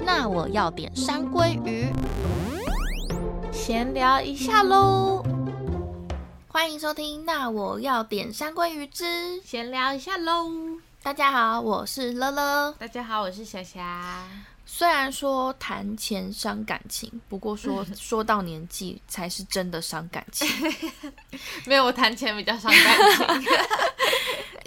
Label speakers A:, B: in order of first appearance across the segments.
A: 那我要点山鲑鱼。
B: 闲聊一下喽，欢迎收听。那我要点山鲑鱼之。
A: 闲聊一下喽，
B: 大家好，我是乐乐。
A: 大家好，我是霞霞。
B: 虽然说谈钱伤感情，不过 说说到年纪才是真的伤感情。
A: 没有，我谈钱比较伤感 情。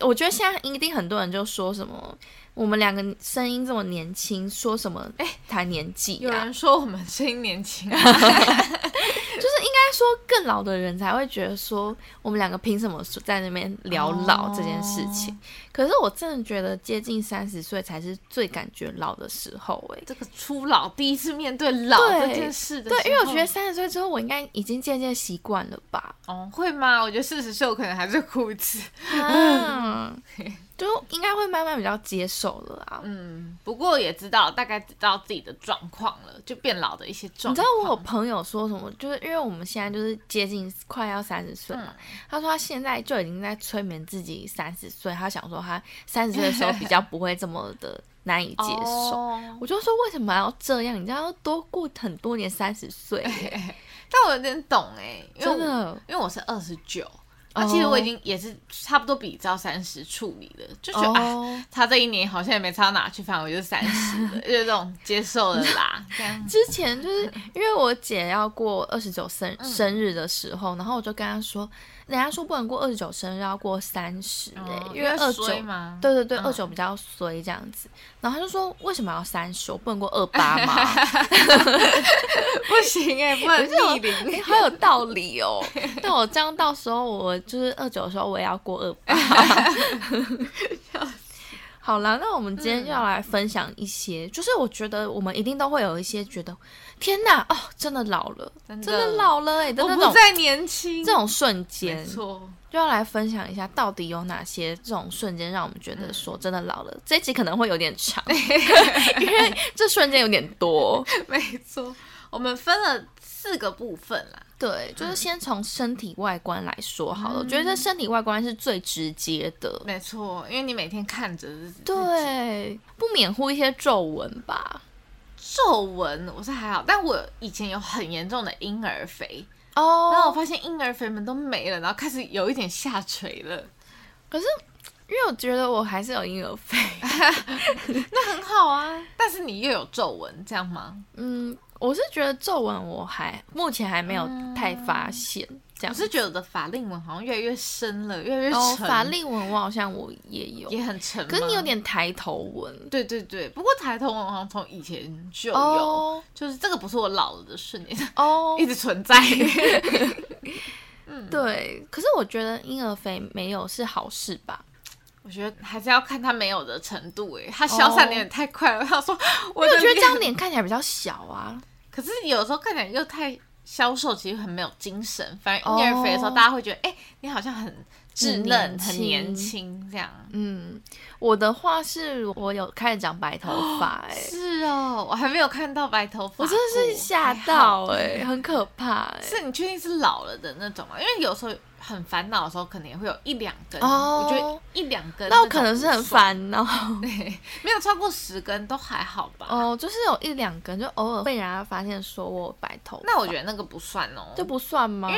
B: 我觉得现在一定很多人就说什么，我们两个声音这么年轻，说什么哎谈年纪
A: 有
B: 啊，
A: 人说我们声音年 轻，
B: 就是应该说更老的人才会觉得说，我们两个凭什么在那边聊老这件事情？可是我真的觉得接近三十岁才是最感觉老的时候、欸，
A: 这个初老第一次面对老
B: 对
A: 这件事的时
B: 对
A: 候，，
B: 因为我觉得三十岁之后，我应该已经渐渐习惯了 吧。
A: 哦会吗？我觉得四十岁我可能还是哭 一次。
B: 嗯，就应该会慢慢比较接受了啊。
A: 嗯，不过也知道大概知道自己的状况了，就变老的一些状况。
B: 你知道我有朋友说什么？就是因为我们现在就是接近快要三十岁嘛，
A: 嗯
B: 他说他现在就已经在催眠自己三十岁，他想说他三十岁的时候比较不会这么的难以接受。
A: 哦
B: 我就说为什么要这样？你这样要多过很多年三十岁耶，
A: 但我有点懂哎、 因为我
B: 真的
A: 因为我是二十九，
B: 哦
A: 啊，其实我已经也是差不多比照三十处理了，就觉得、啊，
B: 哦
A: 差这一年好像也没差哪去，反正我就三十了， 就是这种接受了啦，这样。
B: 之前就是
A: 哎
B: 因为我姐要过二十九生
A: 嗯
B: 生日的时候，然后我就跟她说，人家说不能过二十九生日，要过三十哎，因为二九
A: 哦衰嘛，
B: 对对对，
A: 嗯
B: 二九比较衰这样子。然后他就说，为什么要三十？我不能 过二八吗？
A: 不行
B: 欸
A: 哎、不能逆龄。
B: 哎好有道理哦。但我这样到时候我就是二九的时候，我也要过二八。 好啦，那我们今天就要来分享一些，就是我觉得我们一定都会有一些觉得，天哪，哦，真的老了，
A: 真的
B: 老了哎、的
A: 我
B: 那
A: 不
B: 种
A: 再年轻，
B: 这种瞬间
A: 没，错，
B: 就要来分享一下到底有哪些这种瞬间让我们觉得说真的老了。这一集可能会有点 长，因为这瞬间有点多。
A: 没错。我们分了四个部分啦，
B: 对，就是先从身体外观来说好了，我觉得这身体外观是最直接的。
A: 没错，因为你每天看着自己
B: 对，不免乎一些皱纹吧。
A: 皱纹，我是还好，但我以前有很严重的婴儿肥，然后我
B: 哦，
A: 发现婴儿肥们都没了，然后开始有一点下垂了，
B: 可是因为我觉得我还是有婴儿 肥，
A: 那很好啊。但是你又有皱纹，这样吗？
B: 嗯，我是觉得皱纹我还目前还没有太发现，这样
A: 我是觉得我的法令纹好像越来越深了，越来越沉，
B: 哦，法令纹我好像我也有，
A: 也很沉。
B: 可是你有，点抬头纹
A: 对对对。不过抬头纹好像从以前就有，
B: 哦
A: 就是这个不是我老了的瞬间，
B: 哦
A: 一，直 存在。
B: 对。可是我觉得婴儿肥没有是好事吧？
A: 我觉得还是要看它没有的程度、欸，哎，它消散的有点太快了。我想说，我
B: 哦因为我
A: 的
B: 觉得这样
A: 脸，
B: 脸看起来比较小啊。
A: 可是有时候看起来又太。消瘦其实很没有精神，反正
B: 哦
A: 婴儿肥的时候，大家会觉得，哎、你好像很稚嫩、
B: 年轻
A: 很年轻这样。
B: 嗯，我的话是我有开始长白 头发、欸，
A: 是哦，我还没有看到白头发过，
B: 我真的是吓到哎、欸很可怕哎、
A: 还好。是你确定是老了的那种吗？因为有时候很烦恼的时候，可能也会有一两根。
B: 哦
A: 我觉得一两根，
B: 那我可能是很。烦恼
A: 对， 没有超过十根都还好吧。
B: 哦，就是有一两根，就偶尔被人家发现说我有白头发，
A: 那我觉得那个不算哦，
B: 这不算吗？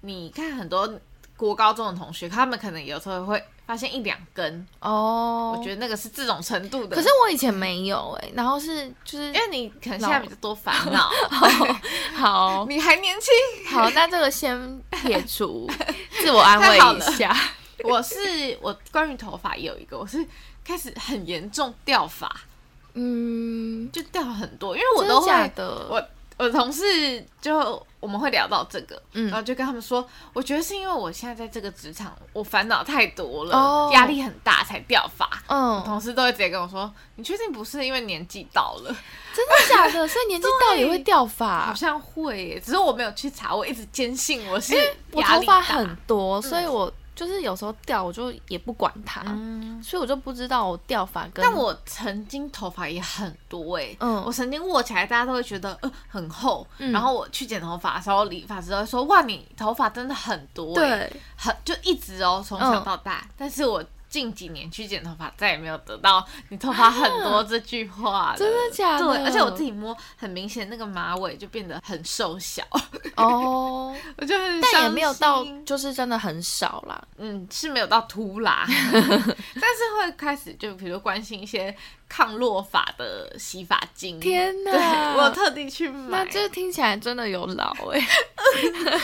A: 你看很多国高中的同学，他们可能有时候会发现一两根，
B: 哦，
A: 我觉得那个是这种程度的。
B: 可是我以前没有哎、欸然后是就是
A: 因为你可能现在比较多烦恼，
B: 哦好，
A: 你还年轻。
B: 好，那这个先撇 除，自我安慰一下。
A: 我是我关于头发也有一个，我是开始很严重掉发，
B: 嗯，
A: 就掉很多，因为我
B: 真
A: 都
B: 的
A: 会
B: 假的？
A: 我我同事就我们会聊到这个，
B: 嗯
A: 然后就跟他们说，我觉得是因为我现在在这个职场，我烦恼太多
B: 哦
A: 了，压、力很大才掉发。
B: 嗯，
A: 同事都会直接跟我说，你确定不是因为年纪到了？
B: 真的假的？所以年纪到也会掉
A: 好
B: 发。
A: 像会耶，只是我没有去查，我一直坚信我是
B: 我
A: 压
B: 头
A: 力
B: 发
A: 大。
B: 很多，所以我就是有时候掉，我就也不管它，
A: 嗯，
B: 所以我就不知道我掉发跟。
A: 但我曾经头发也很多哎，
B: 嗯
A: 我曾经握起来，大家都会觉得呃很厚，
B: 嗯
A: 然后我去剪头发的时候，理发师都会说哇，你头发真的很多哎，
B: 对嗯
A: 很就一直哦，从小到大。但是我近几年去剪头发，再也没有得到“你头发很多”这句话了、
B: 啊真的假的
A: 对，而且我自己摸，很明显那个马尾就变得很瘦小，
B: 哦，
A: 我就很
B: 但也
A: 伤
B: 没有到
A: 心
B: 就是真的很少啦。
A: 嗯，是没有到 秃啦，但是会开始就比如说关心一些抗落发的洗发精。
B: 天哪
A: 对我有特地去买，
B: 那这听起来真的有老哎、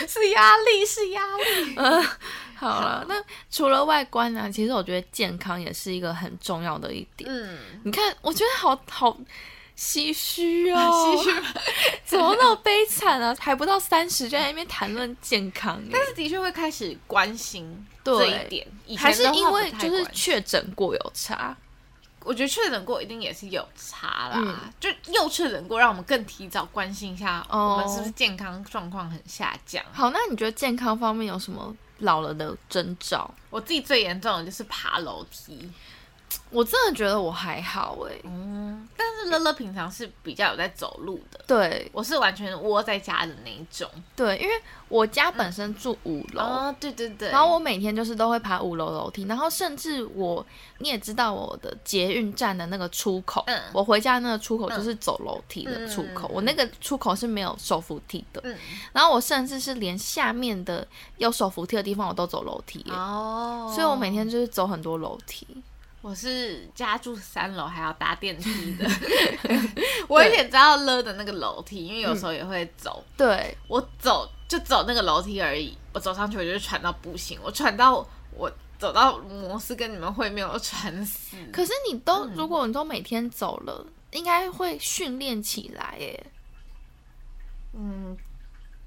A: 是压力，是压力。
B: 好了，那除了外观呢、其实我觉得健康也是一个很重要的一点。
A: 嗯，
B: 你看，我觉得好好唏嘘 哦，
A: 唏嘘，
B: 怎么那么悲惨啊？还不到三十就在那边谈论健康耶、
A: 但是的确会开始关心
B: 对
A: 这一点，以前
B: 还是
A: 的话
B: 因为
A: 不太
B: 就是
A: 关心
B: 确诊过有差，
A: 我觉得确诊过一定也是有差啦，
B: 嗯
A: 就又确诊过，让我们更提早关心一下，
B: 哦
A: 我们是不是健康状况很下降。
B: 好，那你觉得健康方面有什么老了的征兆？
A: 我自己最严重的就是爬楼梯，
B: 我真的觉得我还好哎、
A: 嗯，但是乐乐平常是比较有在走路的，
B: 对
A: 我是完全窝在家的那一种。
B: 对，因为我家本身住五楼。
A: 哦，对对对，
B: 然后我每天就是都会爬五楼楼梯，然后甚至我你也知道我的捷运站的那个出口，
A: 嗯
B: 我回家那个出口就是走楼梯的出口，
A: 嗯
B: 我那个出口是没有手扶梯的，
A: 嗯，
B: 然后我甚至是连下面的有手扶梯的地方我都走楼梯耶、
A: 哦，嗯
B: 所以我每天就是走很多楼梯。
A: 我是家住三楼，还要搭电梯 的， 我也知道乐的那个楼梯，因为有时候
B: 嗯
A: 也会走，
B: 对，
A: 我走就走那个楼梯而已，我走上去我就是喘到不行，我喘到我我走到摩斯跟你们会面，我喘死。
B: 可是你
A: 嗯
B: 都、如果你都每天走了，应该会训练起来耶、
A: 嗯，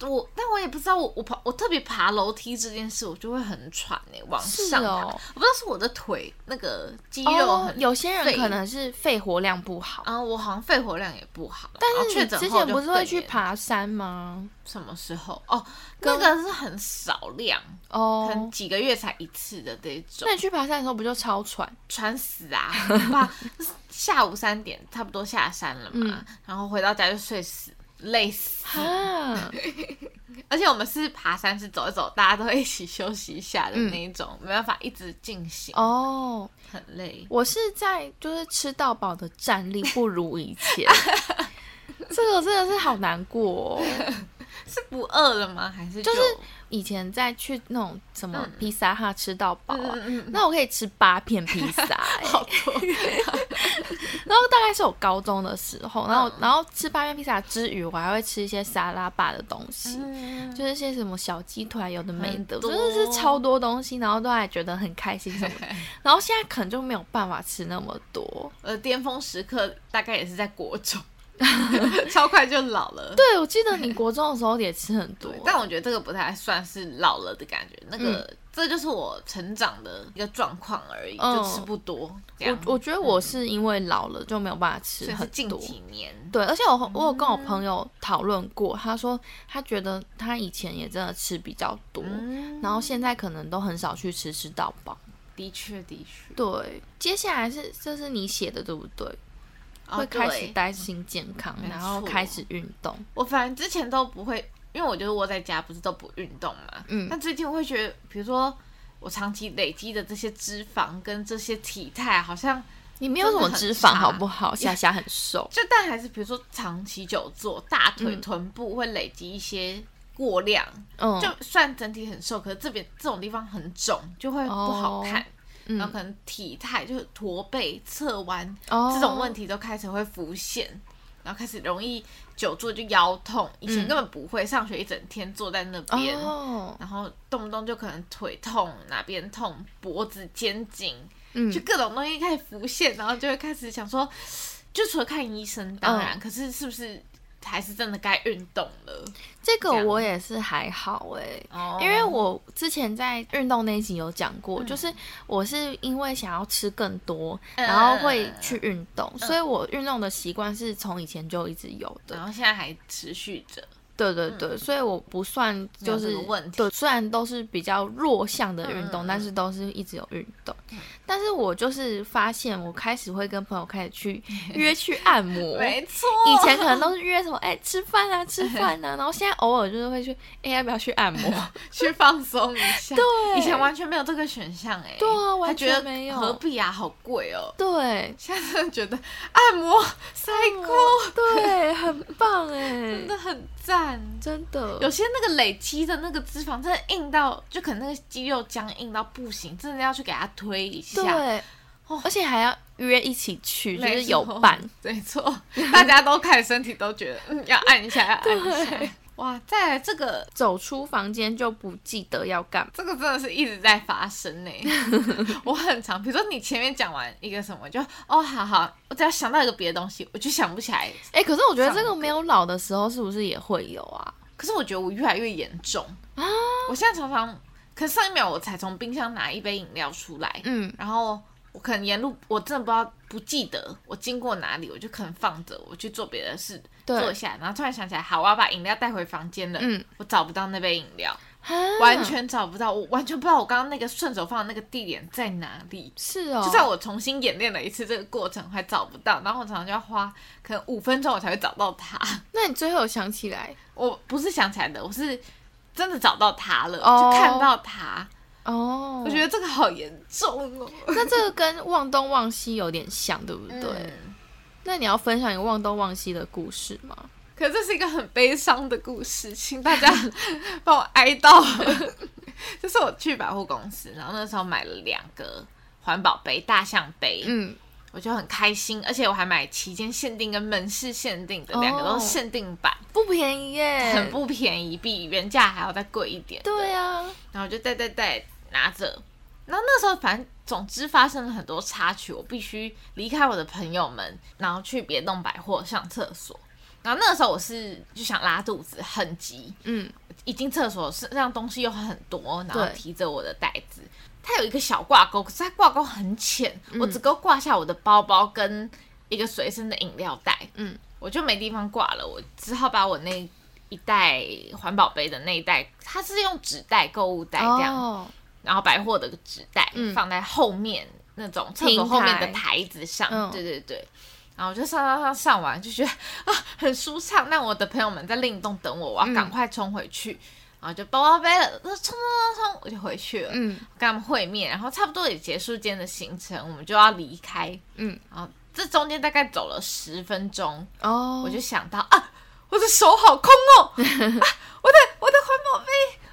A: 我但我也不知道我我爬我特别爬楼梯这件事，我就会很喘哎、往
B: 是
A: 上爬、
B: 哦
A: 我不知道是我的腿那个肌肉
B: 哦
A: 很，
B: 有些人
A: 废
B: 可能是肺活量不好。
A: 啊，我好像肺活量也不好，然
B: 但
A: 后
B: 是
A: 确
B: 你
A: 诊
B: 之
A: 后
B: 前
A: 就
B: 不是会
A: 更
B: 去
A: 严
B: 爬山吗？
A: 什么时候？哦，那
B: 跟
A: 个是很少量，可能
B: 哦，
A: 几个月才一次的这种
B: 那，你去爬山的时候不就超喘？
A: 喘死 啊！哇，下午三点差不多下山了嘛，
B: 嗯
A: 然后回到家就睡死。累死，啊
B: 哈，
A: 而且我们是爬山，是走一走，大家都会一起休息一下的
B: 嗯
A: 那一种，没办法一直进 行，
B: 哦，
A: 很累。
B: 我是在就是吃到饱的战力不如以 前，这个真的是好难过、哦。
A: 是不饿了吗？还是
B: 就是以前在去那种什么披萨哈吃到饱
A: 嗯
B: 啊，
A: 嗯嗯，
B: 那我可以吃八片披萨、欸，
A: 好多
B: 然后大概是我高中的时候，然
A: 嗯
B: 后、然后吃八片披萨之余，我还会吃一些沙拉吧的东西，
A: 嗯
B: 就是一些什么小鸡腿，啊有的没的，
A: 很多
B: 真的是超多东西，然后都还觉得很开心 什么的。然后现在可能就没有办法吃那么多。
A: 我的呃巅峰时刻大概也是在国 中，超快就老了。
B: 对，我记得你国中的时候也吃很多
A: 对，，但我觉得这个不太算是老了的感觉，那个、这就是我成长的一个状况而已，
B: 嗯
A: 就吃不多这样。
B: 我我觉得我是因为老了就没有办法吃
A: 嗯所以是嗯
B: 很
A: 近
B: 多。
A: 几年，
B: 对，而且我我有跟我朋友讨论过，他说他觉得他以前也真的吃比较多，
A: 嗯，
B: 然后现在可能都很少去吃吃到饱。
A: 的确的确，
B: 对，接下来是这是你写的对不对？
A: 哦
B: 会开始
A: 对
B: 担心健康，
A: 没
B: 然后
A: 错
B: 开始运动。
A: 我反正之前都不会，因为我就是窝在家，不是都不运动嘛。
B: 嗯
A: 但最近我会觉得，比如说我长期累积的这些脂肪跟这些体态，好像
B: 你没有什么
A: 真的很
B: 脂肪
A: 差
B: 好不好？夏夏很瘦，
A: 就但还是比如说长期久坐，大腿、
B: 嗯
A: 臀部会累积一些过量，
B: 嗯，
A: 就算整体很瘦，可是这边这种地方很肿，就会不好看。然
B: 嗯
A: 后可能体态就是驼背、侧弯
B: 哦
A: 这种问题都开始会浮现，然后开始容易久坐就腰痛，以前
B: 嗯
A: 根本不会，上学一整天坐在那边，
B: 哦，
A: 然后动不动就可能腿痛、哪边痛、脖子、肩颈，
B: 嗯
A: 就各种东西开始浮现，然后就会开始想说，就除了看医生，当
B: 哦
A: 然，可是是不是还是真的该运动了？
B: 这个
A: 这样
B: 我也是还好哎。
A: 哦
B: 因为我之前在运动那一集有讲过，就是我是因为想要吃更多，
A: 嗯
B: 然后会去运动，所以我运动的习惯是从以前就一直有的。
A: 然后现在还持续着，
B: 对对对，所以我不算
A: 嗯没有
B: 就
A: 这
B: 是
A: 个问题
B: 对，虽然都是比较弱项的运动，
A: 嗯嗯嗯
B: 但是都是一直有运动。但是我就是发现，我开始会跟朋友开始 去约去按摩。
A: 没错，
B: 以前可能都是约什么，哎、吃饭啊，吃饭啊，然后现在偶尔就是会去，哎、要不要去按摩？
A: 去放松一下。
B: 对
A: 以前完全没有这个选项哎、欸。
B: 对啊
A: 还
B: 完
A: 觉
B: 全
A: 得
B: 没有
A: 何必啊，好贵哦。
B: 对，
A: 现在真的觉得按摩塞
B: 哦
A: 裤
B: 对，很棒哎
A: 真，的很赞。
B: 真的
A: 有些那个累积的那个脂肪，真的硬到，就可能那个肌肉僵硬到不行，真的要去给它推一下。
B: 对
A: 哦，
B: 而且还要约一起去，就
A: 没
B: 是
A: 错
B: 有伴。
A: 没错，大家都看身体都觉得，嗯，要按一下，要按一
B: 对
A: 下。哇，再来这个，
B: 走出房间就不记得要干嘛。
A: 这个真的是一直在发生呢、 我很常，比如说你前面讲完一个什么，就哦，好好，我只要想到一个别的东西，我就想不起来。
B: 哎、可是我觉得
A: 上
B: 这个没有老的时候，是不是也会有啊？
A: 可是我觉得我越来越严重
B: 啊！
A: 我现在常常，可上一秒我才从冰箱拿一杯饮料出来，
B: 嗯，
A: 然后我可能沿路我真的不知道不记得我经过哪里，我就可能放着，我去做别的事，
B: 对
A: 坐下，然后突然想起来，好，我要把饮料带回房间了。
B: 嗯，
A: 我找不到那杯饮料，
B: 啊
A: 完全找不到，我完全不知道我刚刚那个顺手放的那个地点在哪里。
B: 是哦，
A: 就算我重新演练了一次这个过程，我还找不到，然后我常常就要花可能五分钟我才会找到它。
B: 那你最后有想起来
A: 我不是想起来的，我是真的找到它了，
B: 哦
A: 就看到它。
B: 哦？
A: 我觉得这个好严重哦。
B: 那这个跟忘东忘西有点像，对不对？
A: 嗯，
B: 那你要分享一个忘东忘西的故事吗？
A: 可是这是一个很悲伤的故事，请大家 帮我哀悼。 就是我去百货公司，然后那时候买了两个环保杯、大象杯，
B: 嗯，
A: 我就很开心，而且我还买期间限定跟门市限定的，两个
B: 哦
A: 都是限定版，
B: 不便宜耶，
A: 很不便宜，比原价还要再贵一点。
B: 哎对啊，
A: 然后我就带带带拿着，然后那时候反正总之发生了很多插曲，我必须离开我的朋友们，然后去别动百货上厕所。然后那个时候我是就想拉肚子，很急，
B: 嗯，
A: 一进厕所身上东西又很多，然后
B: 对
A: 提着我的袋子，它有一个小挂钩，可是它挂钩很浅，
B: 嗯
A: 我只够挂下我的包包跟一个随身的饮料袋，
B: 嗯，
A: 我就没地方挂了，我只好把我那一袋环保杯的那一袋，它是用纸袋购物袋这样，
B: 哦，
A: 然后百货的纸袋、
B: 嗯
A: 放在后面那种厕所
B: 平台
A: 后面的台子上，
B: 嗯
A: 对对对。然后我就上上上上完就觉得啊很舒畅，那我的朋友们在另一栋等我，我
B: 嗯
A: 要赶快冲回去，然后就包包背了，冲冲冲冲，我就回去了，
B: 嗯
A: 跟他们会面，然后差不多也结束今天的行程，我们就要离开，
B: 嗯，
A: 然后这中间大概走了十分钟，
B: 哦，
A: 我就想到啊，我的手好空哦，啊，我的我的环保杯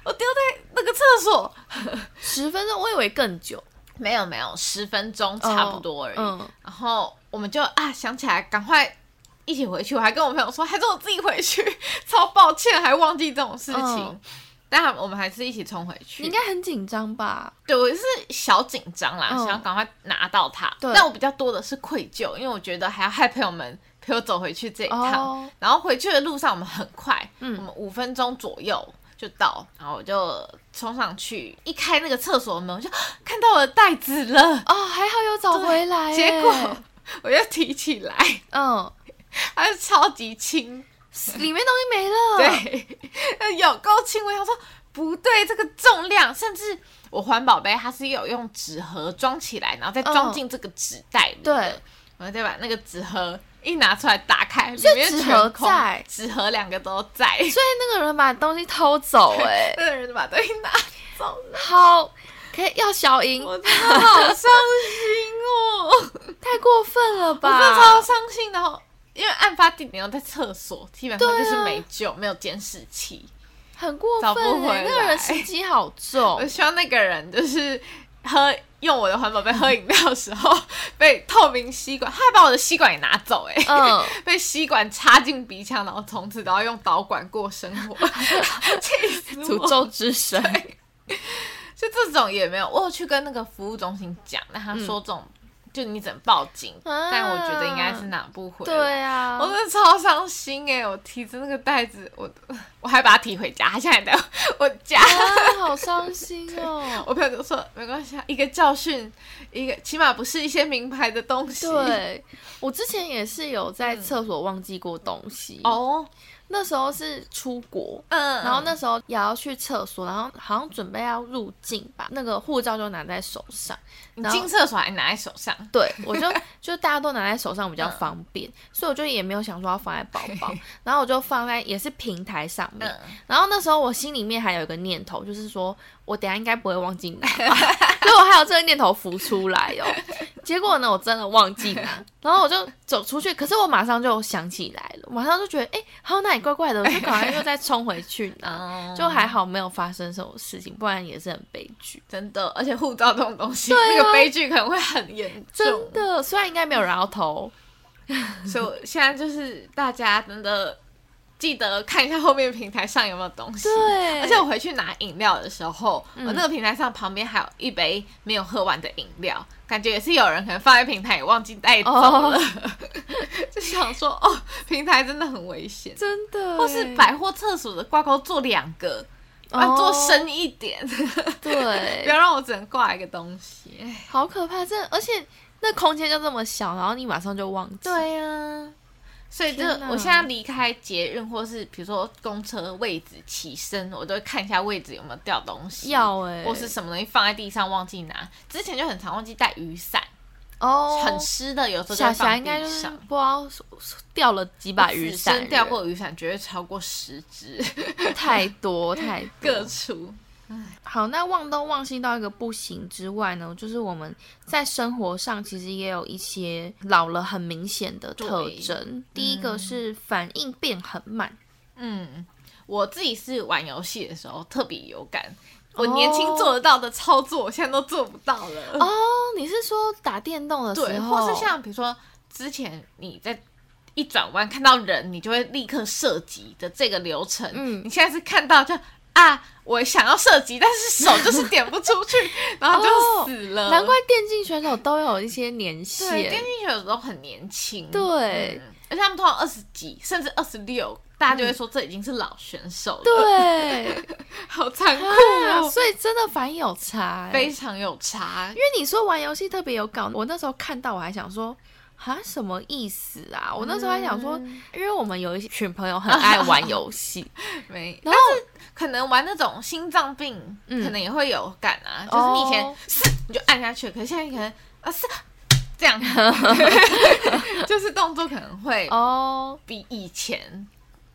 A: 我丢在那个厕所，
B: 十分钟，我以为更久，
A: 没有没有，十分钟差不多而已。
B: 哦嗯，
A: 然后我们就啊想起来，赶快一起回去。我还跟我朋友说，还是我自己回去，超抱歉，还忘记这种事情。
B: 嗯
A: 但我们还是一起冲回去。
B: 你应该很紧张吧？
A: 对我是小紧张啦，
B: 嗯
A: 想要赶快拿到它。
B: 对
A: 但我比较多的是愧疚，因为我觉得还要害朋友们陪我走回去这一趟。
B: 哦，
A: 然后回去的路上，我们很快，
B: 嗯
A: 我们五分钟左右就到，然后我就冲上去，一开那个厕所门，我就啊 看到我的袋子了，
B: 哦，还好有找回来耶，
A: 结果我又提起来，
B: 嗯，
A: 它是超级轻，
B: 里面东西没了，，
A: 对， 有够轻。我想说，不对，这个重量，甚至我环保杯它是有用纸盒装起来，然后再装进这个纸袋里、
B: 对，
A: 然后再把那个纸盒一拿出来打开，里
B: 所以
A: 面
B: 纸
A: 全
B: 盒
A: 空
B: 在
A: 纸盒两个都在。
B: 所以那个人把东西偷走、哎，
A: 那个人把东西拿走了，
B: 好，可以要小赢，
A: 我真的好伤心 哦，我真
B: 太过分了吧？
A: 的超伤心。然后，因为案发地点又在厕所，基本上
B: 对啊
A: 就是没救，没有监视器。
B: 很过
A: 找
B: 分、哎
A: 不回来
B: 那个人心机好重
A: 我，希望那个人就是喝用我的环保杯喝饮料的时候，被透明吸管，他还把我的吸管也拿走、欸，哎、
B: 嗯，
A: 被吸管插进鼻腔，然后从此都要用导管过生活， 气死
B: 诅
A: 我！
B: 咒之神，
A: 就这种也没有，我有去跟那个服务中心讲，但他说这种、就你只能报警，
B: 啊
A: 但我觉得应该是拿不回。。
B: 对啊
A: 我，真的超伤心哎、欸！我提着那个袋子，我 我还把它提回家，它现在还 在我家。
B: 啊，好伤心哦，
A: 我朋友就说没关系，啊，一个教训，一个起码不是一些名牌的东西。
B: 对，我之前也是有在厕所忘记过东西，
A: 嗯哦，
B: 那时候是出国，
A: 嗯，
B: 然后那时候也要去厕所，然后好像准备要入境吧，那个护照就拿在手上，
A: 你
B: 然后
A: 进厕所还拿在手上，
B: 对我就就大家都拿在手上比较方便，所以我就也没有想说要放在包包，然后我就放在也是平台上面，
A: 嗯，
B: 然后那时候我心里面还有一个念头，就是说我等一下应该不会忘记拿吧，所以我还有这个念头浮出来哦。结果呢，我真的忘记拿，然后我就走出去，可是我马上就想起来了，马上就觉得哎，还有哪里怪怪的，我就赶快又再冲回去 拿。
A: 哦
B: 就还好没有发生什么事情，不然也是很悲剧。
A: 真的，而且护照这种东西，
B: 对啊
A: 那个悲剧可能会很严重。
B: 真的，虽然应该没有人要投，
A: 所以我现在就是大家真的记得看一下后面平台上有没有东西。
B: 对
A: 而且我回去拿饮料的时候，
B: 嗯
A: 我那个平台上旁边还有一杯没有喝完的饮料，感觉也是有人可能放在平台也忘记带走
B: 哦
A: 了， 就想说哦，平台真的很危险。
B: 真的欸
A: 或是
B: 摆
A: 百货厕所的挂钩做两个，要做深一点，不
B: 哦 对，
A: 要让我只能挂一个东西。哎
B: 好可怕！这而且那空间就这么小，然后你马上就忘记。
A: 对呀、所以就
B: 啊天哪
A: 我现在离开捷运或是比如说公车位置起身，我都会看一下位置有没有掉东西，
B: 要哎、欸，
A: 或是什么东西放在地上忘记拿。之前就很常忘记带雨伞，
B: 哦，
A: 很湿的，有时候就
B: 小
A: 会
B: 霞
A: 放
B: 应该
A: 地
B: 就是
A: 上。
B: 不知道掉了几把雨
A: 我此
B: 伞，
A: 生掉过雨伞绝对超过十只，
B: 太多太多
A: 各处。
B: 好，那忘东忘西到一个不行之外呢，就是我们在生活上其实也有一些老了很明显的特征。第一个是反应变很慢，
A: 嗯，我自己是玩游戏的时候特别有感，我年轻做得到的操作，我现在都做不到了。
B: 哦，你是说打电动的时
A: 对，
B: 候，
A: 或是像比如说之前你在一转弯看到人，你就会立刻射击的这个流程，
B: 嗯
A: 你现在是看到就啊，我想要射击，但是手就是点不出去， 然后就死了。
B: 哦难怪电竞选手都有一些年
A: 对电
B: 限，
A: 竞选手都很年轻，
B: 对嗯
A: 嗯而且他们通常二十几甚至二十六，大家就会说这已经是老选手 了，
B: 对，
A: 好残酷
B: 啊
A: 哦，
B: 所以真的反应有差、欸，
A: 非常有差
B: 因。为你说玩游戏特别有搞，我那时候看到我还想说。啊，什么意思啊？我那时候还想说，
A: 嗯
B: 因为我们有一群朋友很爱玩游戏，
A: 没，
B: 然
A: 但
B: 后
A: 是可能玩那种心脏病，
B: 嗯
A: 可能也会有感啊，就是你以前
B: 哦
A: 是你就按下去，可是现在可能啊是这 样，就是动作可能会
B: 哦，
A: 比以前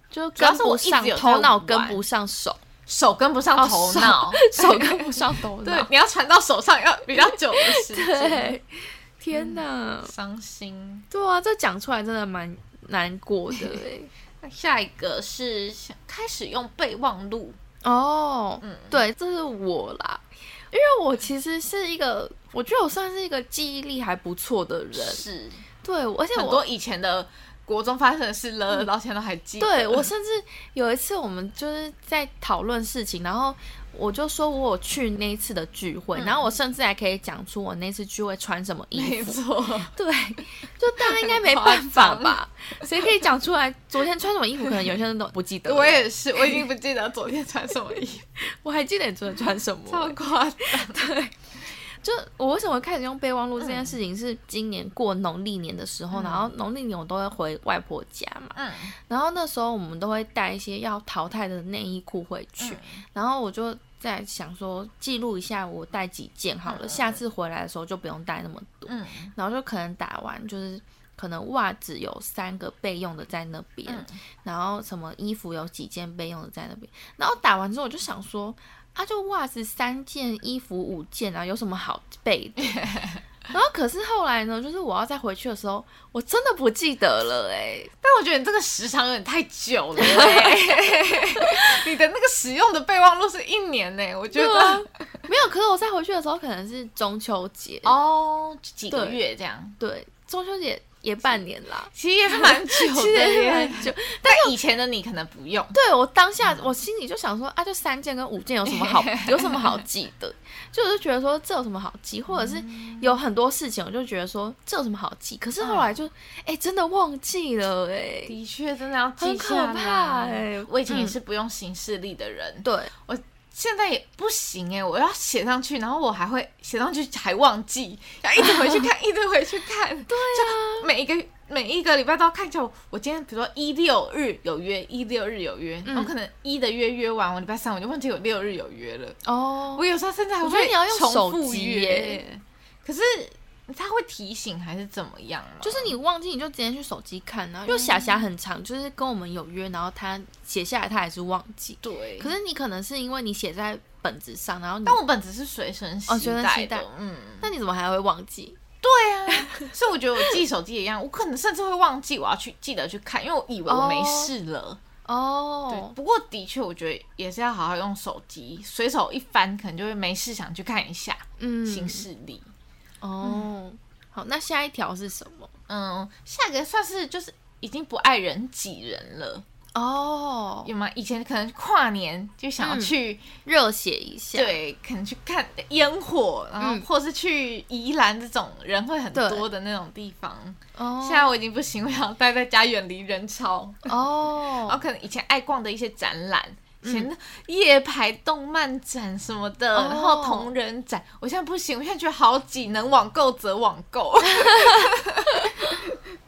B: 就
A: 主要
B: 跟
A: 是
B: 不
A: 我一直
B: 上
A: 有在
B: 头脑，
A: 玩
B: 跟不上手，
A: 手跟不上头脑，
B: 哦 手手跟不上头脑。
A: 对，你要传到手上要比较久的时间，
B: 对，嗯天哪，
A: 伤心。
B: 对啊，这讲出来真的蛮难过的哎。
A: 那下一个是想开始用备忘录，
B: 哦，
A: 嗯
B: 对，这是我啦，因为我其实是一个，我觉得我算是一个记忆力还不错的人，
A: 是
B: 对，我而且
A: 很
B: 我
A: 多以前的国中发生的事
B: 嗯
A: 了，到现在都还记得。
B: 对我甚至有一次我们就是在讨论事情，然后我就说我有去那一次的聚会，
A: 嗯
B: 然后我甚至还可以讲出我那次聚会穿什么衣
A: 没
B: 服。
A: 错，
B: 对，就大家应该没办法吧？谁可以讲出来昨天穿什么衣服？可能有些人都不记得了。
A: 我也是，我已 经不记得昨天穿什么衣 服，
B: 我还记得你昨天穿什么。
A: 超夸张。
B: 就我为什么开始用备忘录这件事情，是今年过农历年的时候，
A: 嗯
B: 然后农历年我都会回外婆家嘛，
A: 嗯，
B: 然后那时候我们都会带一些要淘汰的内衣裤回
A: 嗯
B: 去，然后我就在想说记录一下我带几件好了，
A: 嗯嗯
B: 下次回来的时候就不用带那么多，
A: 嗯
B: 然后就可能打完就是。可能袜子有三个备用的在那边，
A: 嗯
B: 然后什么衣服有几件备用的在那边，然后打完之后我就想说，啊，就袜子三件，衣服五件啊，有什么好备 的？然后可是后来呢，就是我要再回去的时候，我真的不记得了哎、
A: 但我觉得你这个时长有点太久 了欸，你的那个使用的备忘录是一年呢，我觉
B: 对啊
A: 得，
B: 没有。可是我再回去的时候，可能是中秋节
A: 哦，几个
B: 对
A: 月这样，
B: 对，中秋节也半年啦，
A: 其实也是蛮久
B: 其实
A: 的
B: 也
A: 耶。
B: 蛮久。
A: 但以前的你可能不用，
B: 对我当下，我心里就想说啊，就三件跟五件有什么 好有什么好记的？就我就觉得说这有什么好记，或者是有很多事情，我就觉得说这有什么好记？可是后来就哎、真的忘记了哎、
A: 的确真的要记
B: 很可
A: 下
B: 怕哎、
A: 来。欸我以前也
B: 嗯
A: 是不用行事历的人，
B: 对，
A: 现在也不行哎，我要写上去，然后我还 会写上去还忘记，然后一直回去看，一直回去看。
B: 对啊，
A: 每一个每一个礼拜都要看一下我，我今天比如说一六日有约，一六日有约，
B: 嗯
A: 我、可能一的约约完，我礼拜三我就忘记有六日有约了。
B: 哦
A: 我有时候甚至还
B: 我觉得
A: 会
B: 你要用
A: 重
B: 手
A: 复
B: 机
A: 约
B: 耶，
A: 可是他会提醒还是怎么样吗？
B: 就是你忘记你就直接去手机看，然啊后因为霞霞很长，就是跟我们有约，然后她写下来，她还是忘记。
A: 对，
B: 可
A: 是
B: 是你可能是因为你写在本子上，然后你
A: 但，我本子是随身
B: 哦随身
A: 带
B: 携带
A: 的，嗯。
B: 那你怎么还会忘记？
A: 对啊， 所以我觉得我记手机也一样，我可能甚至会忘记我要去记得去看，因为我以为我没事了。对，
B: 哦，
A: 不过的确我觉得也是要好好用手机，随手一翻可能就会没事想去看一下
B: 嗯，
A: 新势力。
B: 哦，好，那下一条是什么？
A: 嗯，下一个算是就是已经不爱人挤人了，
B: 哦，
A: 有吗？以前可能跨年就想要
B: 嗯
A: 去，
B: 热血一下，，
A: 对，可能去看烟火，然后
B: 嗯
A: 或是去宜兰这种人会很
B: 对
A: 多的那种地方。
B: 哦，
A: 现在我已经不行，我想待在家，远离人潮。然
B: 哦，
A: 后可能以前爱逛的一些展览，以
B: 嗯
A: 前的夜排动漫展什么的，
B: 哦
A: 然后同人展，我现在不行，我现在觉得好挤，能网购则网 购。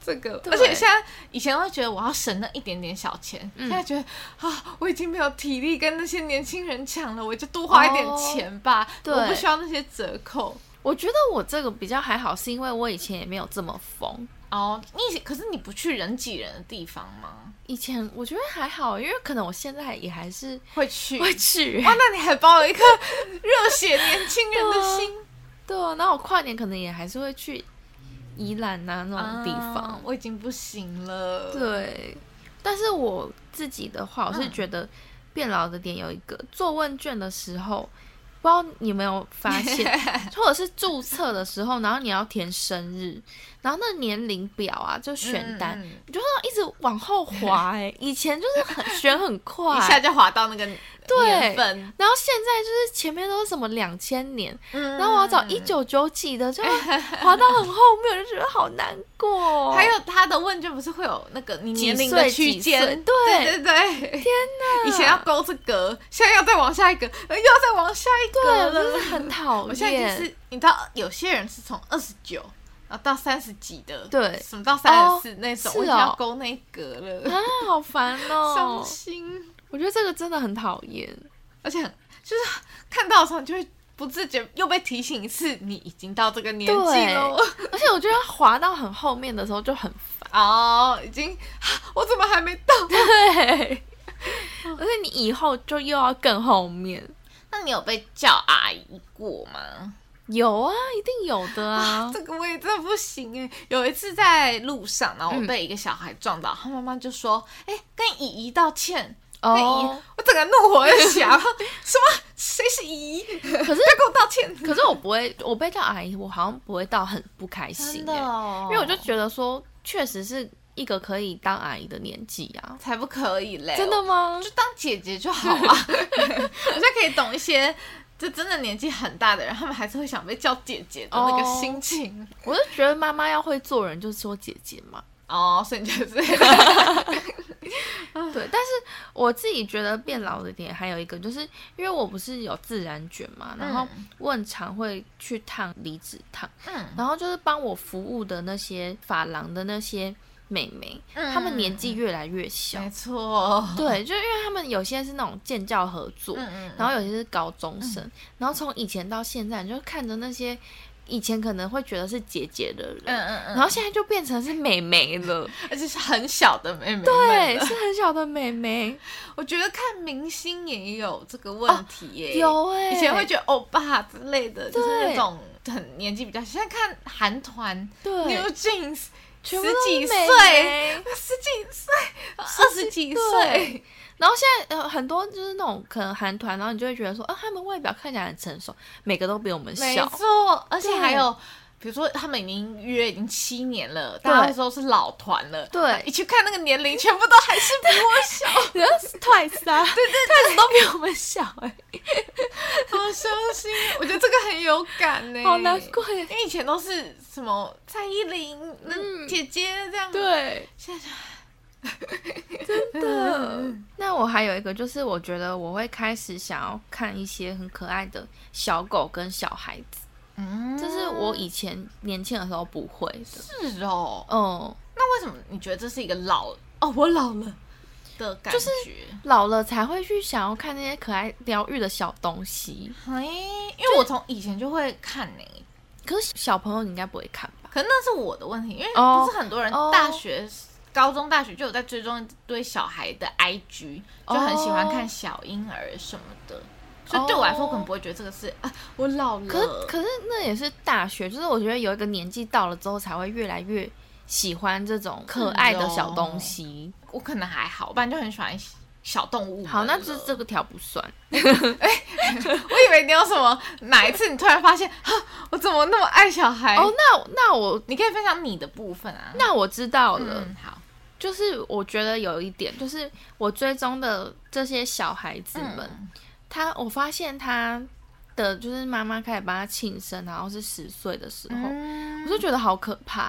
A: 这个，
B: 对
A: 而且现在以前会觉得我要省那一点点小钱，
B: 嗯
A: 现在觉得啊，我已经没有体力跟那些年轻人抢了，我就多花一点
B: 哦
A: 钱吧，
B: 对
A: 我不需要那些折扣。
B: 我觉得我这个比较还好，是因为我以前也没有这么疯。
A: 哦，你以前可是你不去人挤人的地方吗？
B: 以前我觉得还好，因为可能我现在也还是
A: 会去
B: 会去、
A: 哇，那你还包了一颗热血年轻人的心
B: 对啊，然后我跨年可能也还是会去宜兰呐、那种地
A: 啊
B: 方。
A: 我已经不行了。，
B: 对，但是我自己的话，我是
A: 嗯
B: 觉得变老的点有一个，做问卷的时候，不知道你有没有发现， 或者是注册的时候，然后你要填生日，然后那年龄表啊，就选单。
A: 嗯
B: 你就是要一直往后滑哎、以前就是很选很快，
A: 一下就滑到那个
B: 对
A: 年份，
B: 然后现在就是前面都是什么两千年，
A: 嗯
B: 然后我要找一。九九几的， 就滑到很后面，我就觉得好难过哦、
A: 还有他的问卷不是会有那个你
B: 几
A: 年龄
B: 岁
A: 的
B: 几
A: 区间
B: 岁？对
A: 对对对，天哪！以前要勾这个，现在要再往下一个，呃又要再往下一
B: 对，
A: 个
B: 我
A: 了
B: 真。的很讨厌。
A: 我现在就是，你知道有些人是从二十九，然后到三十几的，
B: 对
A: 什么到三十四那种，
B: 是
A: 我已经要
B: 哦
A: 勾那一格
B: 啊
A: 了，，
B: 好烦哦、
A: 伤心。
B: 我觉得这个真的很讨厌。
A: 而且很就是看到的时候，你就会不自觉又被提醒一次，你已经到这个年纪
B: 对
A: 了。
B: 而且我觉得滑到很后面的时候就很烦。
A: 哦，已经，啊我怎么还没到？
B: 对，而且你以后就又要更后面。
A: 那你有被叫阿姨过吗？
B: 有啊，一定有的啊。
A: 这个我也真的不行哎。有一次在路上，然后我
B: 嗯
A: 被一个小孩撞到，他妈妈就说：“哎、跟姨姨道歉。”跟姨，
B: 哦，
A: 我整个怒火一想， 什么？谁是姨姨？
B: 可是
A: 要跟我道歉？
B: 可是我不会，我被叫阿姨，我好像不会到很不开心、欸，
A: 哦
B: 因为我就觉得说，确实是一个可以当阿姨的年纪啊。
A: 才不可以嘞！
B: 真的吗
A: 就？当姐姐就好啊。我现在可以懂一些，就真的年纪很大的人，他们还是会想被叫姐姐的那个
B: 哦
A: 心情
B: 我就觉得妈妈要会做人，就是说姐姐嘛。
A: 哦所以你就是
B: 对，但是我自己觉得变老的点还有一个，就是因为我不是有自然卷嘛，然后我很常会去烫离子烫，
A: 嗯，
B: 然后就是帮我服务的那些发廊的那些美眉，
A: 嗯
B: 她们年纪越来越小。
A: 没错，
B: 对，就因为她们有些是那种建教合作，
A: 嗯嗯，
B: 然后有些是高中生，然后从以前到现在，你就看着那些以前可能会觉得是姐姐的人，
A: 嗯嗯嗯，
B: 然后现在就变成是妹妹了，
A: 而且是很小的妹妹，
B: 对，，是很小的妹 妹，
A: 我觉得看明星也有这个问题耶，
B: 有哎、
A: 以前会觉得欧巴之类的，就是那
B: 对
A: 种很年纪比较小，现在看韩团
B: 对
A: New Jeans。十
B: 全部都是
A: 几
B: 妹
A: 岁，
B: 妹
A: 十几岁，二十几岁，
B: 然后现在呃很多就是那种可能韩团，然后你就会觉得说，啊，他们外表看起来很成熟，每个都比我们
A: 没
B: 小，
A: 错，而且
B: 对
A: 还有，比如说他们已经约已经七年了，
B: 对
A: 大家会说是老团了，
B: 对
A: 一去看那个年龄，全部都还是比我小，
B: 然后 Twice 啊，对对，Twice 都比我们小、哎，
A: 好伤心。我觉得这个很有感呢、
B: 好难过、哎
A: 因为以前都是什么蔡依林、嗯、
B: 嗯
A: 姐姐这 样，，
B: 对，
A: 现在就
B: 的。 那我还有一个，就是我觉得我会开始想要看一些很可爱的小狗跟小孩子，
A: 嗯，
B: 这是我以前年轻的时候不会的。
A: 是哦。
B: 哦、
A: 那为什么你觉得这是一个老哦，我老了的感觉？
B: 就是老了才会去想要看那些可爱疗愈的小东西。
A: 哎，因为我从以前就会看呢、
B: 可是小朋友你应该不会看吧？
A: 可能那是我的问题，因为
B: 哦
A: 不是很多人
B: 哦
A: 大学、高中、大学就有在追踪一堆小孩的 IG，
B: 哦
A: 就很喜欢看小婴儿什么的。所以对我来说，
B: 哦
A: 我可能不会觉得这个是啊，我老了。
B: 可是可是那也是大学，就是我觉得有一个年纪到了之后，才会越来越喜欢这种可爱
A: 哦
B: 的小东西。
A: 我可能还好，不然就很喜欢小动物们了。
B: 好，那这这个条不算。
A: 我以为你有什么，哪一次你突然发现， 哈，我怎么那么爱小孩？
B: 哦，那那我
A: 你可以分享你的部分啊。
B: 那我知道了。
A: 嗯，好，
B: 就是我觉得有一点，就是我追踪的这些小孩子们，
A: 嗯
B: 他我发现他的就是妈妈开始帮他庆生，然后是十岁的时候，
A: 嗯
B: 我就觉得好可 怕，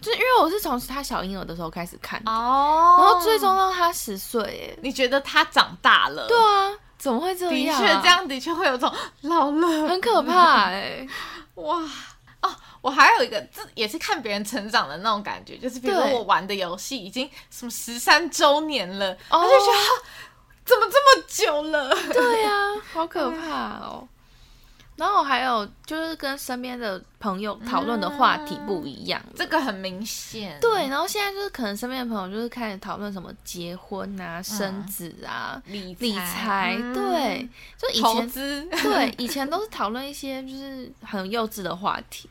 B: 就是因为我是从他小婴儿的时候开始看，
A: 哦，
B: 然后追踪到他十岁，哎，
A: 你觉得他长大了？
B: 对啊，怎么会这
A: 的
B: 样、
A: 确，这样的确会有种老了
B: 很可怕哎、
A: 哇哦！我还有一个，这也是看别人成长的那种感觉，就是比如说
B: 对
A: 我玩的游戏已经什么十三周年了，
B: 哦
A: 我就觉得、啊怎么这么久了？
B: 对呀、
A: 啊
B: 好可怕哦。然后还有就是跟身边的朋友讨论的话题不一样了，
A: 这个很明显，
B: 对，然后现在就是可能身边的朋友就是开始讨论什么结婚啊、生子啊、
A: 嗯理
B: 理财，
A: 嗯
B: 对，就以
A: 投
B: 前
A: 资，
B: 对以前都是讨论一些就是很幼稚的话题，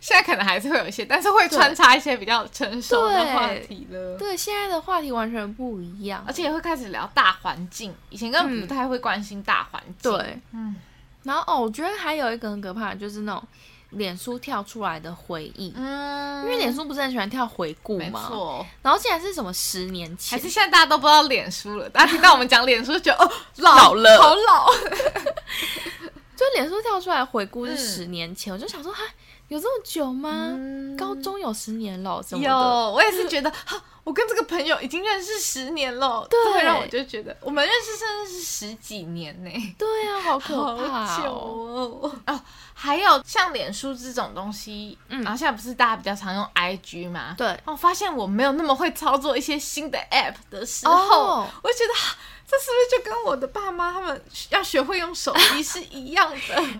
A: 现在可能还是会有一些，但是会穿插一些比较成熟的话题了。
B: 对，现在的话题完全不一样
A: 而，且也会开始聊大环境，以前根本不太会关心大环境。，
B: 嗯对，
A: 嗯
B: 然后哦，我觉得还有一个很可怕的就是那种脸书跳出来的回忆。
A: 嗯，
B: 因为脸书不是很喜欢跳回顾
A: 没
B: 吗？
A: 错，
B: 然后竟然是什么十年前
A: 还是，现在大家都不知道脸书了，大家听到我们讲脸书，觉得哦老
B: 老了
A: 好 老。
B: 就脸书跳出来回顾是
A: 嗯
B: 十年前，我就想说哈，有这么久吗？高中有十年了，什么
A: 嗯有，
B: 的。
A: 我也是觉得，哈，我跟这个朋友已经认识十年了，
B: 对
A: 这会让我就觉得我们认识真的是十几年呢、
B: 对啊，好可
A: 好
B: 怕、
A: 久
B: 哦。
A: 哦！哦，还有像脸书这种东西，
B: 嗯
A: 然后现在不是大家比较常用 IG 嘛？
B: 对
A: 然后哦我发现我没有那么会操作一些新的 App 的时候，
B: 哦
A: 我就觉得、啊这是不是就跟我的爸妈他们要学会用手机是一样的？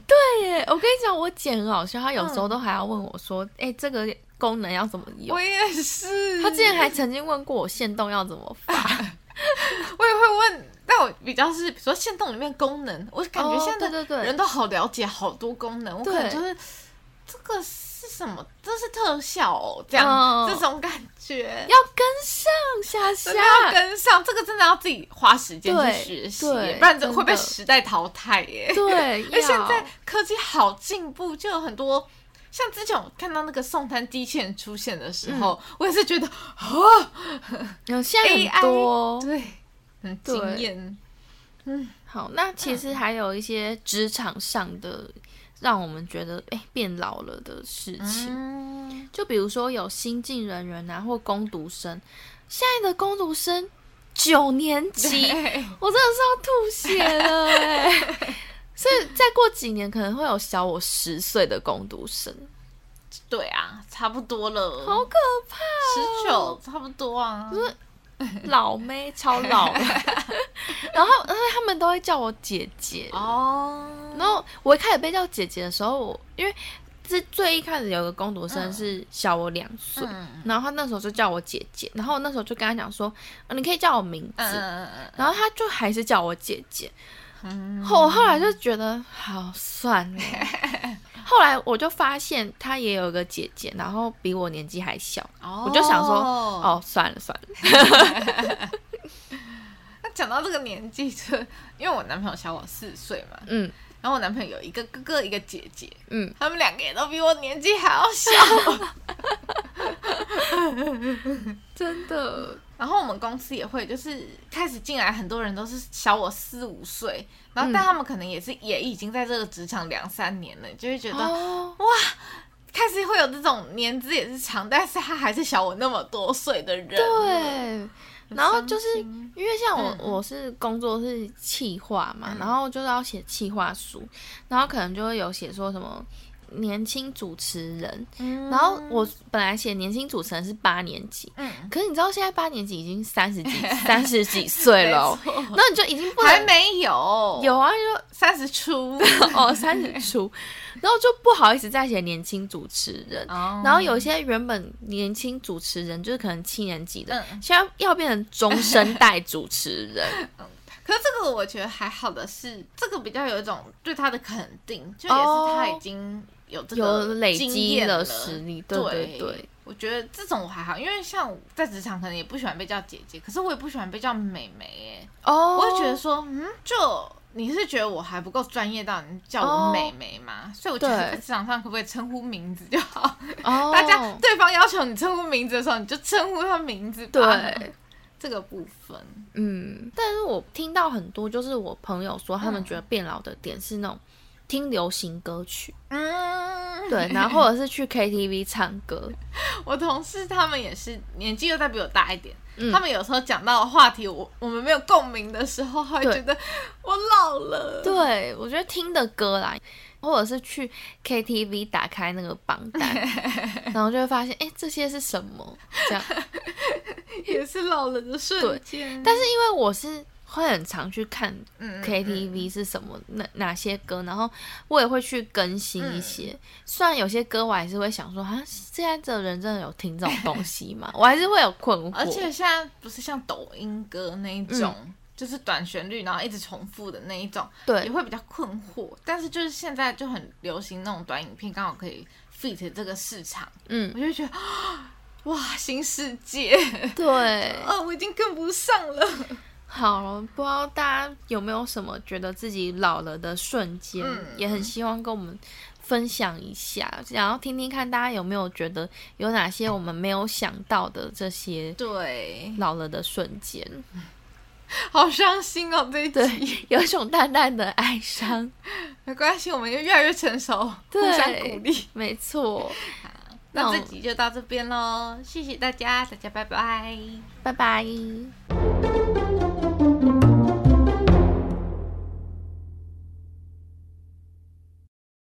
B: 对耶，我跟你讲，我姐很好笑，她有时候都还要问我说：“哎、这个功能要怎么用
A: 嗯我也是，？”
B: 她之前还曾经问过我限动要怎么发，
A: 我也会问，但我比较是比如说线动里面功能，我感觉
B: 哦
A: 现在
B: 对
A: 的
B: 对对
A: 人都好了解好多功能，我可能
B: 对
A: 就是这个是什么，这是特效哦，这样、
B: 嗯
A: 这种感觉。
B: 要跟上霞
A: 真的要
B: 霞。
A: 跟上，这个真的要自己花时间去
B: 对
A: 学习
B: 对
A: 耶，不然这
B: 真
A: 会被
B: 的
A: 时代淘汰耶。
B: 对，
A: 因为哎现
B: 要
A: 在科技好进步，就有很多像之前我看到那个送餐机器人出现的时候，我也是觉得啊，
B: 嗯现在
A: AI
B: 很多。
A: 对，很
B: 对
A: 惊艳。
B: 好，那其实还有一些职场上的让我们觉得哎、变老了的事情，
A: 嗯，
B: 就比如说有新进人员啊，或攻读生。现在的攻读生九年级，
A: 对
B: 我真的是要吐血了哎、所以再过几年可能会有小我十岁的攻读生，
A: 对啊，差不多了，
B: 好可怕！哦
A: 十九差不多啊。
B: 老 妹超老了，然后而且他们都会叫我姐姐。
A: 哦，
B: 然后我一开始被叫姐姐的时候，我因为最最一开始有个工读生是小我两岁，
A: 嗯
B: 然后他那时候就叫我姐姐，然后我那时候就跟他讲说，呃你可以叫我名字，
A: 嗯嗯
B: 然后他就还是叫我姐姐。
A: 嗯
B: 后我后来就觉得好算了，后来我就发现他也有一个姐姐，然后比我年纪还小，
A: 嗯，
B: 我就想说，
A: 哦，
B: 哦，算了算了，
A: 那讲到这个年纪，就因为我男朋友小我四岁嘛，
B: 嗯
A: 然后我男朋友有一个哥哥，一个姐姐，
B: 嗯，
A: 他们两个也都比我年纪还要 小。
B: 真的，
A: 然后我们公司也会，就是开始进来很多人都是小我四五岁，然
B: 嗯
A: 后但他们可能也是、也已经在这个职场两三年了，就会觉得、
B: 哦，
A: 开始会有这种年资也是长，但是他还是小我那么多岁的人。
B: 对。
A: 很
B: 然后
A: 伤
B: 就是
A: 心
B: 因为像我，
A: 嗯
B: 我是工作是企划嘛，然后就是要写企划书，然后可能就会有写说什么年轻主持人，
A: 嗯
B: 然后我本来写年轻主持人是八年级，
A: 嗯，
B: 可是你知道现在八年级已经三 十几三十几岁了哦，
A: 没错
B: 那你就已经不
A: 还
B: 能
A: 没有，
B: 有啊，就
A: 三十 出，
B: 哦三十 出，然后就不好意思再写年轻主持人。然
A: 然
B: 后有一些原本年轻主持人，就是可能七年级的，
A: 嗯
B: 现在要变成中生代主持人，
A: 可是这个我觉得还好的是，这个比较有一种对他的肯定，就也是他已经有这
B: 有
A: 个
B: 累
A: 经
B: 积
A: 验了
B: 实力，对
A: 对
B: 对对，。
A: 我觉得这种我还好，因为像我在职场可能也不喜欢被叫姐姐，可是我也不喜欢被叫妹妹耶。
B: 哦
A: 我会觉得说，嗯，就你是觉得我还不够专业到你叫我妹妹吗？所以我觉得
B: 哦对
A: 在职场上可不可以称呼名字就好？
B: 哦，
A: 大家对方要求你称呼名字的时候，你就称呼他名字吧。
B: 对，
A: 这个部分，
B: 嗯，但是我听到很多，就是我朋友说，他们
A: 嗯
B: 觉得变老的点是那种听流行歌曲，
A: 嗯，
B: 对，然后或者是去 KTV 唱歌，
A: 我同事他们也是年纪又再比我大一点，
B: 嗯
A: 他们有时候讲到的话题，我我们没有共鸣的时候，他会
B: 对
A: 觉得我老了。
B: 对我觉得听的歌啦，或者是去 KTV 打开那个榜 单，然后就会发现，哎，这些是什么？这样，
A: 也是老人的瞬间。
B: 但是因为我是。会很常去看
A: 嗯嗯
B: KTV 是什么哪哪些歌，然后我也会去更新一些。
A: 嗯
B: 虽然有些歌我还是会想说，啊，现在这人真的有听这种东西吗？ 我还是会有困惑。
A: 而且现在不是像抖音歌那一种，就是短旋律，然后一直重复的那一种，
B: 嗯
A: 也
B: 对
A: 会比较困惑。但是就是现在就很流行那种短影片，刚好可以 fit 这个市场，
B: 嗯
A: 我就觉得。啊哇，新世界！
B: 对，
A: 啊，我已经跟不上了。
B: 好，不知道大家有没有什么觉得自己老了的瞬间，
A: 嗯
B: 也很希望跟我们分享一下，想要听听看大家有没有觉得有哪些我们没有想到的这些
A: 对，
B: 老了的瞬间，
A: 好伤心哦，这一
B: 对
A: 集。，
B: 有一种淡淡的哀伤。
A: 没关系，我们就越来越成熟，互
B: 对
A: 相鼓励。
B: 没错，那
A: 那
B: 我
A: 这集就到这边喽，谢谢大家，大家拜拜。
B: 拜拜。